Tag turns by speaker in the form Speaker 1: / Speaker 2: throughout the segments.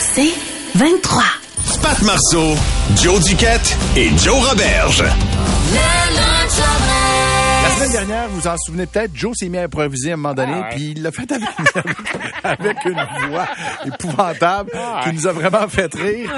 Speaker 1: C'est 23.
Speaker 2: Pat Marceau, Joe Duquette et Joe Roberge.
Speaker 3: La semaine dernière, vous vous en souvenez peut-être, Joe s'est mis à improviser à un moment donné, puis il l'a fait avec, avec une voix épouvantable qui nous a vraiment fait rire.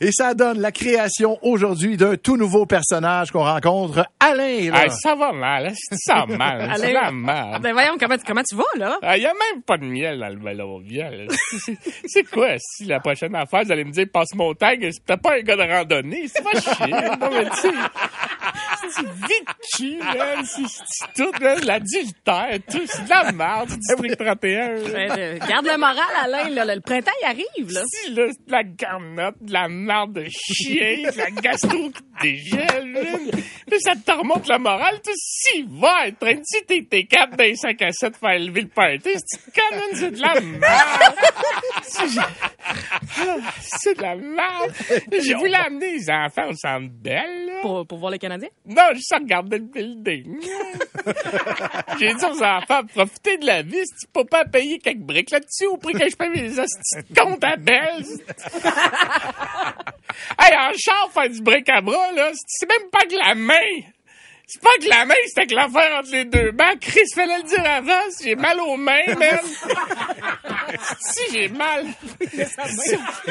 Speaker 3: Et ça donne la création aujourd'hui d'un tout nouveau personnage qu'on rencontre, Alain. là.
Speaker 4: Hey, Ah, ça va mal, hein? ça va mal,
Speaker 5: Allez.
Speaker 4: c'est la merde.
Speaker 5: Ben voyons, comment, comment tu vas, là?
Speaker 4: Il n'y a même pas de miel dans le ballon viol. C'est- C'est quoi, si la prochaine affaire, vous allez me dire, passe montagne, c'est peut-être pas un gars de randonnée, c'est pas chier. Non, mais tu sais, c'est- c'est Vichy, man, c'est c'est tout, man, l'adultère, tout, c'est de la merde, du
Speaker 5: Ah
Speaker 4: district 31. là.
Speaker 5: Ben, euh, garde le moral, Alain, là. Le, le printemps, il arrive, là.
Speaker 4: Si, là, c'est de la garnotte, de la merde de chien, de la gastro qui te dégèle, man. Puis ça te remonte la morale, tu si va, train si t'es t'es capable d'un 5 à 7 faire lever le party, c'est quand même c'est de la merde. C'est- Ah, C'est de la merde. J'ai voulu amener les enfants au centre belle, là.
Speaker 5: Pour, pour voir les Canadiens.
Speaker 4: Non, j'ai juste regardé le building. j'ai dit aux enfants, profitez de la vie, si tu peux pas payer quelques briques là-dessus au prix que je paye mes hosties de compte à belle. hey, en char, faire du bric à bras, là, c'est même pas que la main. C'est pas que la main, c'est avec l'affaire entre les deux bancs. Chris, fallait le dire avant, si j'ai mal aux mains, man. si j'ai mal.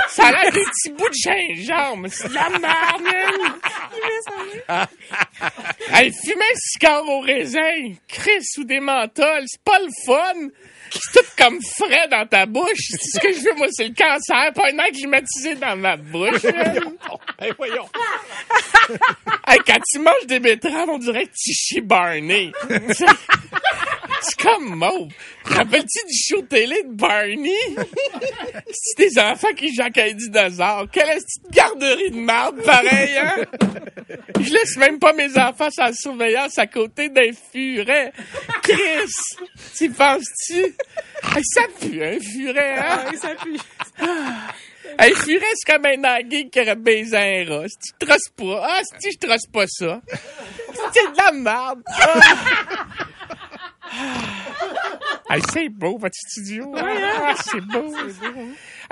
Speaker 4: ça a l'air des petits bouts de gingembre. C'est de la merde, man. Hey, fumer un cigare au raisin, Chris ou des menthols, c'est pas le fun. C'est tout comme frais dans ta bouche. C'est ce que je veux, moi, c'est le cancer, pas un air climatisé dans ma bouche. hey, voyons. hey, quand tu manges des betteraves, on dirait que tu chies Barney. C'est- c'est comme mauve. Te Rappelles-tu du show télé de Barney? C'est des enfants qui jacquent un dinosaure. Quelle est garderie de marde, pareil, hein? Je laisse même pas mes enfants sans surveillance à côté d'un furet. Chris, tu penses-tu? Hey, ça pue, un furet, hein? ça pue. Un furet, c'est comme un anguille qui aurait baisé un rat. Si tu trosses pas, ah, si je trosse pas ça. C'est de la merde. Ah. Hey, c'est beau, votre studio. hein? Ah, c'est beau.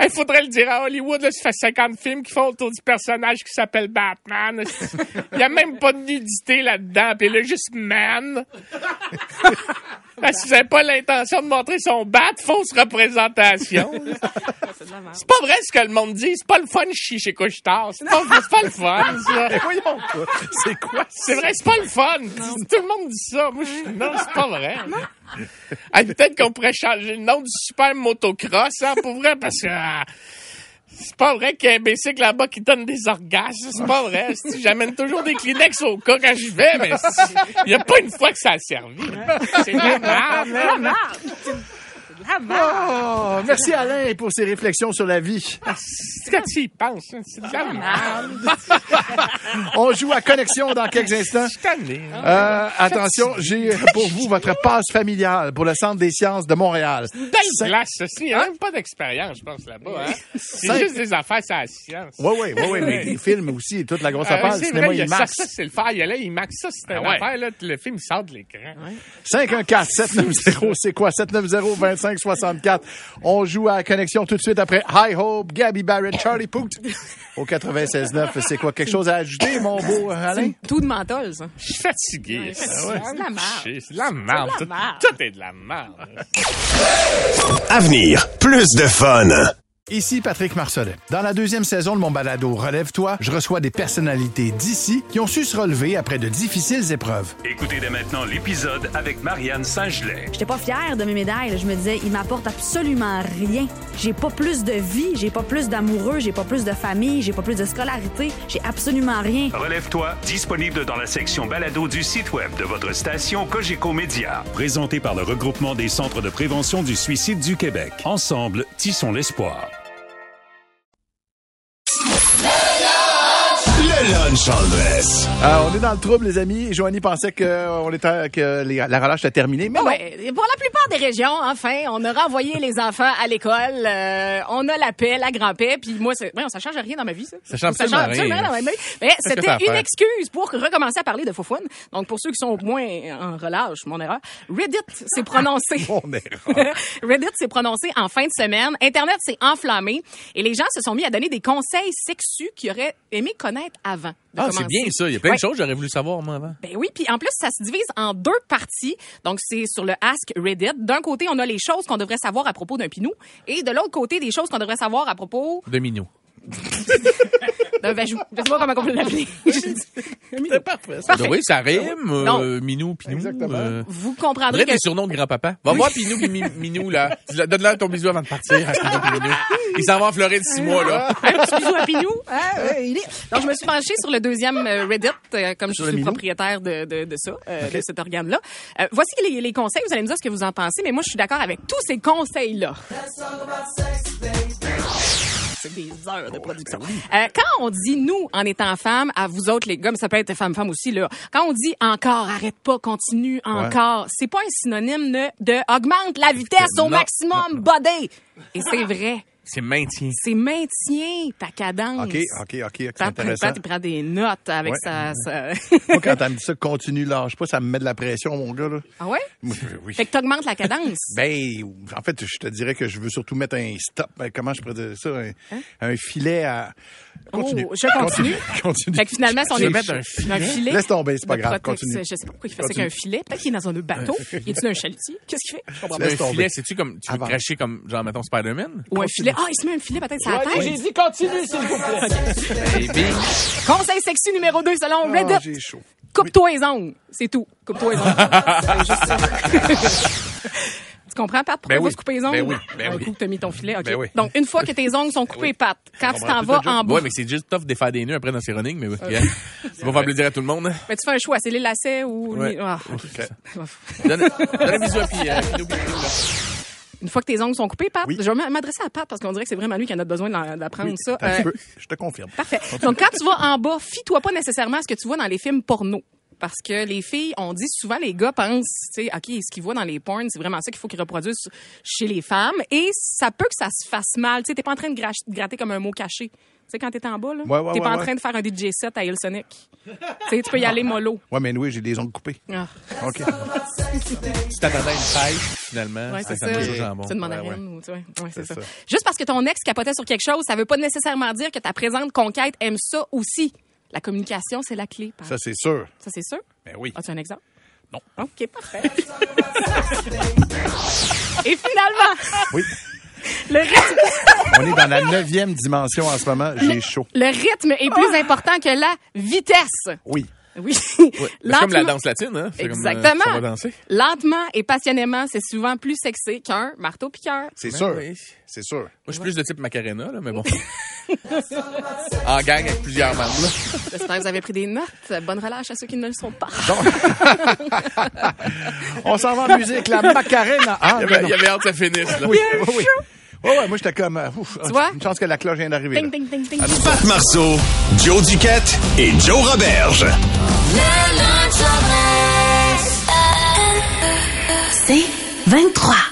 Speaker 4: Il faudrait le dire à Hollywood, là, ça fait 50 films qui font autour du personnage qui s'appelle Batman. Il n'y a même pas de nudité là-dedans, puis il est juste man. Ben, si vous n'avez pas l'intention de montrer son bat, fausse représentation. C'est pas vrai ce que le monde dit. C'est pas le fun de chier chez Couchetard. C'est pas, c'est pas le fun, ça.
Speaker 3: Voyons, quoi. c'est quoi?
Speaker 4: C'est vrai, c'est pas le fun. Tout le monde dit ça. Moi, je... Non, c'est pas vrai. Ah, Peut-être qu'on pourrait changer le nom du super motocross, hein, pour vrai, parce que... ah, C'est pas vrai qu'il y a un bicycle là-bas qui donne des orgasmes. C'est pas vrai. C'est- J'amène toujours des Kleenex au cas quand je vais, mais c'est- il n'y a pas une fois que ça a servi. C'est vraiment...
Speaker 3: Oh, merci Alain pour ses réflexions sur la vie.
Speaker 4: C'est quand tu y penses. hein, C'est de la merde.
Speaker 3: On joue à connexion dans quelques instants.
Speaker 4: Je suis tanné, hein.
Speaker 3: Euh, attention, j'ai pour vous votre passe familiale pour le Centre des sciences de Montréal.
Speaker 4: Belle glace, ceci. Il n'y a même pas d'expérience, je pense, là-bas. Hein? C'est juste des affaires, c'est la science.
Speaker 3: Oui, oui, oui, oui, mais les films aussi, toute la grosse
Speaker 4: Ah,
Speaker 3: affaire,
Speaker 4: c'est
Speaker 3: le cinéma
Speaker 4: vrai, il Ah y a
Speaker 3: IMAX.
Speaker 4: Ça, ça c'est le faire. Il y a là, il max ça, c'est une
Speaker 3: ouais.
Speaker 4: affaire. Là, le film il sort de l'écran.
Speaker 3: 514-790, c'est quoi? 790-2564. On joue à connexion tout de suite après High Hope, Gabby Barrett, Charlie Poot au 96.9. C'est quoi? Quelque chose à ajouter, mon beau euh, Alain?
Speaker 5: Tout de menthol, ça.
Speaker 4: Je suis fatigué. ça, ouais.
Speaker 5: C'est de la merde.
Speaker 4: Chier, C'est de la merde. Ah,
Speaker 5: de la merde.
Speaker 4: Tout, tout est de la merde.
Speaker 2: Avenir, plus de fun.
Speaker 3: Ici Patrick Marcelet. Dans la deuxième saison de mon balado Relève-toi, je reçois des personnalités d'ici qui ont su se relever après de difficiles épreuves.
Speaker 6: Écoutez dès maintenant l'épisode avec Marianne Saint-Gelais.
Speaker 7: J'étais pas fière de mes médailles. là. Je me disais, ils m'apportent absolument rien. J'ai pas plus de vie, j'ai pas plus d'amoureux, j'ai pas plus de famille, j'ai pas plus de scolarité, j'ai absolument rien.
Speaker 6: Relève-toi, disponible dans la section balado du site web de votre station Cogeco Média. Présenté par le regroupement des centres de prévention du suicide du Québec. Ensemble, tissons l'espoir.
Speaker 8: Le lunch en dress.
Speaker 3: Euh, on est dans le trouble, les amis. Et Joanie pensait que, euh, on était, que les- la relâche était terminée,
Speaker 4: Ah
Speaker 3: mais non.
Speaker 5: Ouais, pour la plupart des régions, enfin, on a renvoyé les enfants à l'école. euh, on a la paix, la grand-paix. Puis moi, c'est- voyons, ça change rien dans ma vie, ça.
Speaker 3: Ça change absolument rien.
Speaker 5: dans ma vie. Mais
Speaker 3: que ça a à
Speaker 5: c'était une
Speaker 3: faire?
Speaker 5: excuse pour recommencer à parler de faux fun. Donc, pour ceux qui sont au moins en relâche, mon erreur, Reddit s'est prononcé.
Speaker 3: Mon erreur.
Speaker 5: Reddit s'est prononcé en fin de semaine. Internet s'est enflammé. Et les gens se sont mis à donner des conseils sexus qu'ils auraient aimé connaître avant. de
Speaker 4: Ah, c'est
Speaker 5: commencer.
Speaker 4: bien ça. Il y a plein
Speaker 5: Ouais.
Speaker 4: de choses que j'aurais voulu savoir, moi, avant.
Speaker 5: Ben oui, puis en plus, ça se divise en deux parties. Donc, c'est sur le Ask Reddit. D'un côté, on a les choses qu'on devrait savoir à propos d'un pinou. Et de l'autre côté, des choses qu'on devrait savoir à propos
Speaker 4: De minou.
Speaker 5: d'un vajou. Je sais pas comment on peut l'appeler.
Speaker 3: C'était parfait. ça.
Speaker 5: Parfait.
Speaker 4: Oui, ça rime. euh,
Speaker 5: Non.
Speaker 4: minou, pinou.
Speaker 3: Exactement.
Speaker 4: euh,
Speaker 5: Vous
Speaker 4: On
Speaker 5: comprendrez
Speaker 4: dirait
Speaker 5: que...
Speaker 4: des surnoms de grand-papa. Va voir Pinou puis Mi- Minou, là. Dis-le- Donne-leur ton bisou avant de partir. à Pinou puis Minou. Ils s'en vont en Floride six mois, là.
Speaker 5: Un petit bisou à Pinou. Ah, ouais, il est- Donc, je me suis penchée sur le deuxième euh, Reddit, euh, comme je
Speaker 3: le
Speaker 5: suis
Speaker 3: minou?
Speaker 5: propriétaire de, de, de ça, euh, de cet organe-là. Euh, voici les, les conseils. Vous allez me dire ce que vous en pensez, mais moi, je suis d'accord avec tous ces conseils-là. C'est des heures de
Speaker 4: Oh,
Speaker 5: production.
Speaker 4: ben
Speaker 5: Euh, quand on dit nous en étant femme, à vous autres les gars, mais ça peut être femme-femme aussi là. Quand on dit encore, arrête pas, continue encore, c'est pas un synonyme de, de augmente la vitesse au
Speaker 4: Non,
Speaker 5: maximum, body. Et c'est vrai.
Speaker 4: C'est maintien.
Speaker 5: C'est maintien ta cadence.
Speaker 3: OK, OK, OK. C'est
Speaker 5: Prends, prends,
Speaker 3: intéressant.
Speaker 5: prends, tu prends des notes avec
Speaker 3: Ouais.
Speaker 5: sa... sa-
Speaker 3: Moi, quand elle me dit ça, continue, lâche pas, ça me met de la pression, mon gars, là.
Speaker 5: ah ouais?
Speaker 3: Moi, je- oui.
Speaker 5: Fait que t'augmentes la cadence.
Speaker 3: Ben, en fait, je te dirais que je veux surtout mettre un stop. Ben, Comment je pourrais dire ça? Un, un filet à. Continue.
Speaker 5: Hein? Oh, je continue.
Speaker 3: Continue.
Speaker 5: Fait que finalement, si on
Speaker 3: Je
Speaker 5: est
Speaker 3: vais Ben, mettre un
Speaker 5: filet
Speaker 3: Laisse tomber, c'est pas
Speaker 5: de
Speaker 3: grave,
Speaker 5: protex-
Speaker 3: continue.
Speaker 5: Je sais pas pourquoi il fait ça
Speaker 3: Continue.
Speaker 5: avec un filet. Peut-être qu'il est dans un bateau. Il est-tu dans un chalutier? Qu'est-ce qu'il fait? Je comprends pas.
Speaker 4: Un
Speaker 3: Laisse tomber.
Speaker 4: filet, c'est-tu comme, tu veux
Speaker 3: Avant.
Speaker 4: cracher comme, genre, mettons, Spider-Man?
Speaker 5: Ou un filet. Ah, il se met un filet peut-être sur la tête.
Speaker 9: J'ai dit continue, s'il vous plaît.
Speaker 4: Baby.
Speaker 5: Conseil sexu numéro 2 selon
Speaker 3: Ah,
Speaker 5: Reddit.
Speaker 3: j'ai chaud.
Speaker 5: Coupe-toi les ongles. C'est tout. Coupe-toi les ongles. C'est juste ça. Tu comprends, Pat? Pourquoi
Speaker 4: Ben
Speaker 5: on va
Speaker 4: oui.
Speaker 5: se couper les ongles?
Speaker 4: Ben oui. Ben
Speaker 5: Un
Speaker 4: oui.
Speaker 5: coup, t'as mis ton filet. OK.
Speaker 4: Ben oui.
Speaker 5: Donc, une fois que tes ongles sont coupés, Pat, quand Ah, tu t'en vas en Euh, bas,
Speaker 4: Ouais, mais c'est juste tough de faire des nœuds après dans ses running, mais oui. yeah. On va faire plaisir à tout le monde.
Speaker 5: ben, tu fais un choix. C'est les lacets ou...
Speaker 4: Ouais.
Speaker 5: Ah.
Speaker 4: Donne, donne un bisou à Pi- à Pinou puis Minou, là.
Speaker 5: Une fois que tes ongles sont coupés, Pat,
Speaker 3: Oui.
Speaker 5: je vais m'a- m'adresser à Pat parce qu'on dirait que c'est vraiment lui qui en a besoin d'en- d'apprendre ça.
Speaker 3: Attends un
Speaker 5: Euh,
Speaker 3: petit peu, Je te confirme.
Speaker 5: Parfait. Donc, quand tu vas en bas, fie-toi pas nécessairement à ce que tu vois dans les films porno. Parce que les filles, on dit souvent, les gars pensent, tu sais, OK, ce qu'ils voient dans les porns, c'est vraiment ça qu'il faut qu'ils reproduisent chez les femmes. Et ça peut que ça se fasse mal. Tu sais, t'es pas en train de gra- gratter comme un mot caché. Tu sais, quand t'es en bas, là,
Speaker 3: Ouais, ouais,
Speaker 5: t'es pas
Speaker 3: ouais,
Speaker 5: en train de faire un DJ set à Hillsonic. tu sais, tu peux y aller mollo.
Speaker 3: Ouais, mais oui, j'ai des ongles coupés.
Speaker 5: Ah,
Speaker 3: OK.
Speaker 4: Tu t'attendais à une pêche, finalement.
Speaker 5: ouais, c'est ça.
Speaker 4: Ah, me
Speaker 5: Tu
Speaker 4: mange au jambon.
Speaker 5: sais, de mandarine
Speaker 3: Ouais, ouais.
Speaker 5: ou tu vois. Ouais, c'est
Speaker 3: C'est
Speaker 5: ça.
Speaker 3: ça.
Speaker 5: Juste parce que ton ex capotait sur quelque chose, ça veut pas nécessairement dire que ta présente conquête aime ça aussi. La communication, c'est la clé. Pat.
Speaker 3: Ça, c'est sûr.
Speaker 5: Ça, c'est sûr?
Speaker 3: Ben oui.
Speaker 5: As-tu un exemple? Non. OK, parfait. Et finalement,
Speaker 3: Oui.
Speaker 5: le rythme,
Speaker 3: On est dans la neuvième dimension en ce moment. J'ai chaud.
Speaker 5: le rythme est plus important que la vitesse.
Speaker 3: Oui.
Speaker 5: Oui.
Speaker 4: C'est comme la
Speaker 5: Lentement-
Speaker 4: danse latine, hein? C'est comme, euh,
Speaker 5: Exactement.
Speaker 4: ça va danser.
Speaker 5: Lentement et passionnément, c'est souvent plus sexy qu'un marteau piqueur.
Speaker 3: C'est sûr.
Speaker 4: oui.
Speaker 3: C'est sûr.
Speaker 4: Moi, je suis plus de type Macarena, là, mais bon. en gang avec plusieurs membres, là.
Speaker 5: J'espère que vous avez pris des notes. Bonne relâche à ceux qui ne le sont pas.
Speaker 3: On s'en va en musique. La macarena. Ah,
Speaker 4: Il y
Speaker 3: ben
Speaker 4: avait,
Speaker 3: non.
Speaker 4: il y avait hâte que ça finisse, là.
Speaker 3: Oui, oui, oui. Ouais, ouais, moi, j'étais comme. euh, ouf, ah,
Speaker 5: vois?
Speaker 3: Une chance que la cloche vient d'arriver. là.
Speaker 5: Ding, ding, ding, ding.
Speaker 8: Pat Marceau, Joe Duquette et Joe Roberge.
Speaker 10: C'est 23.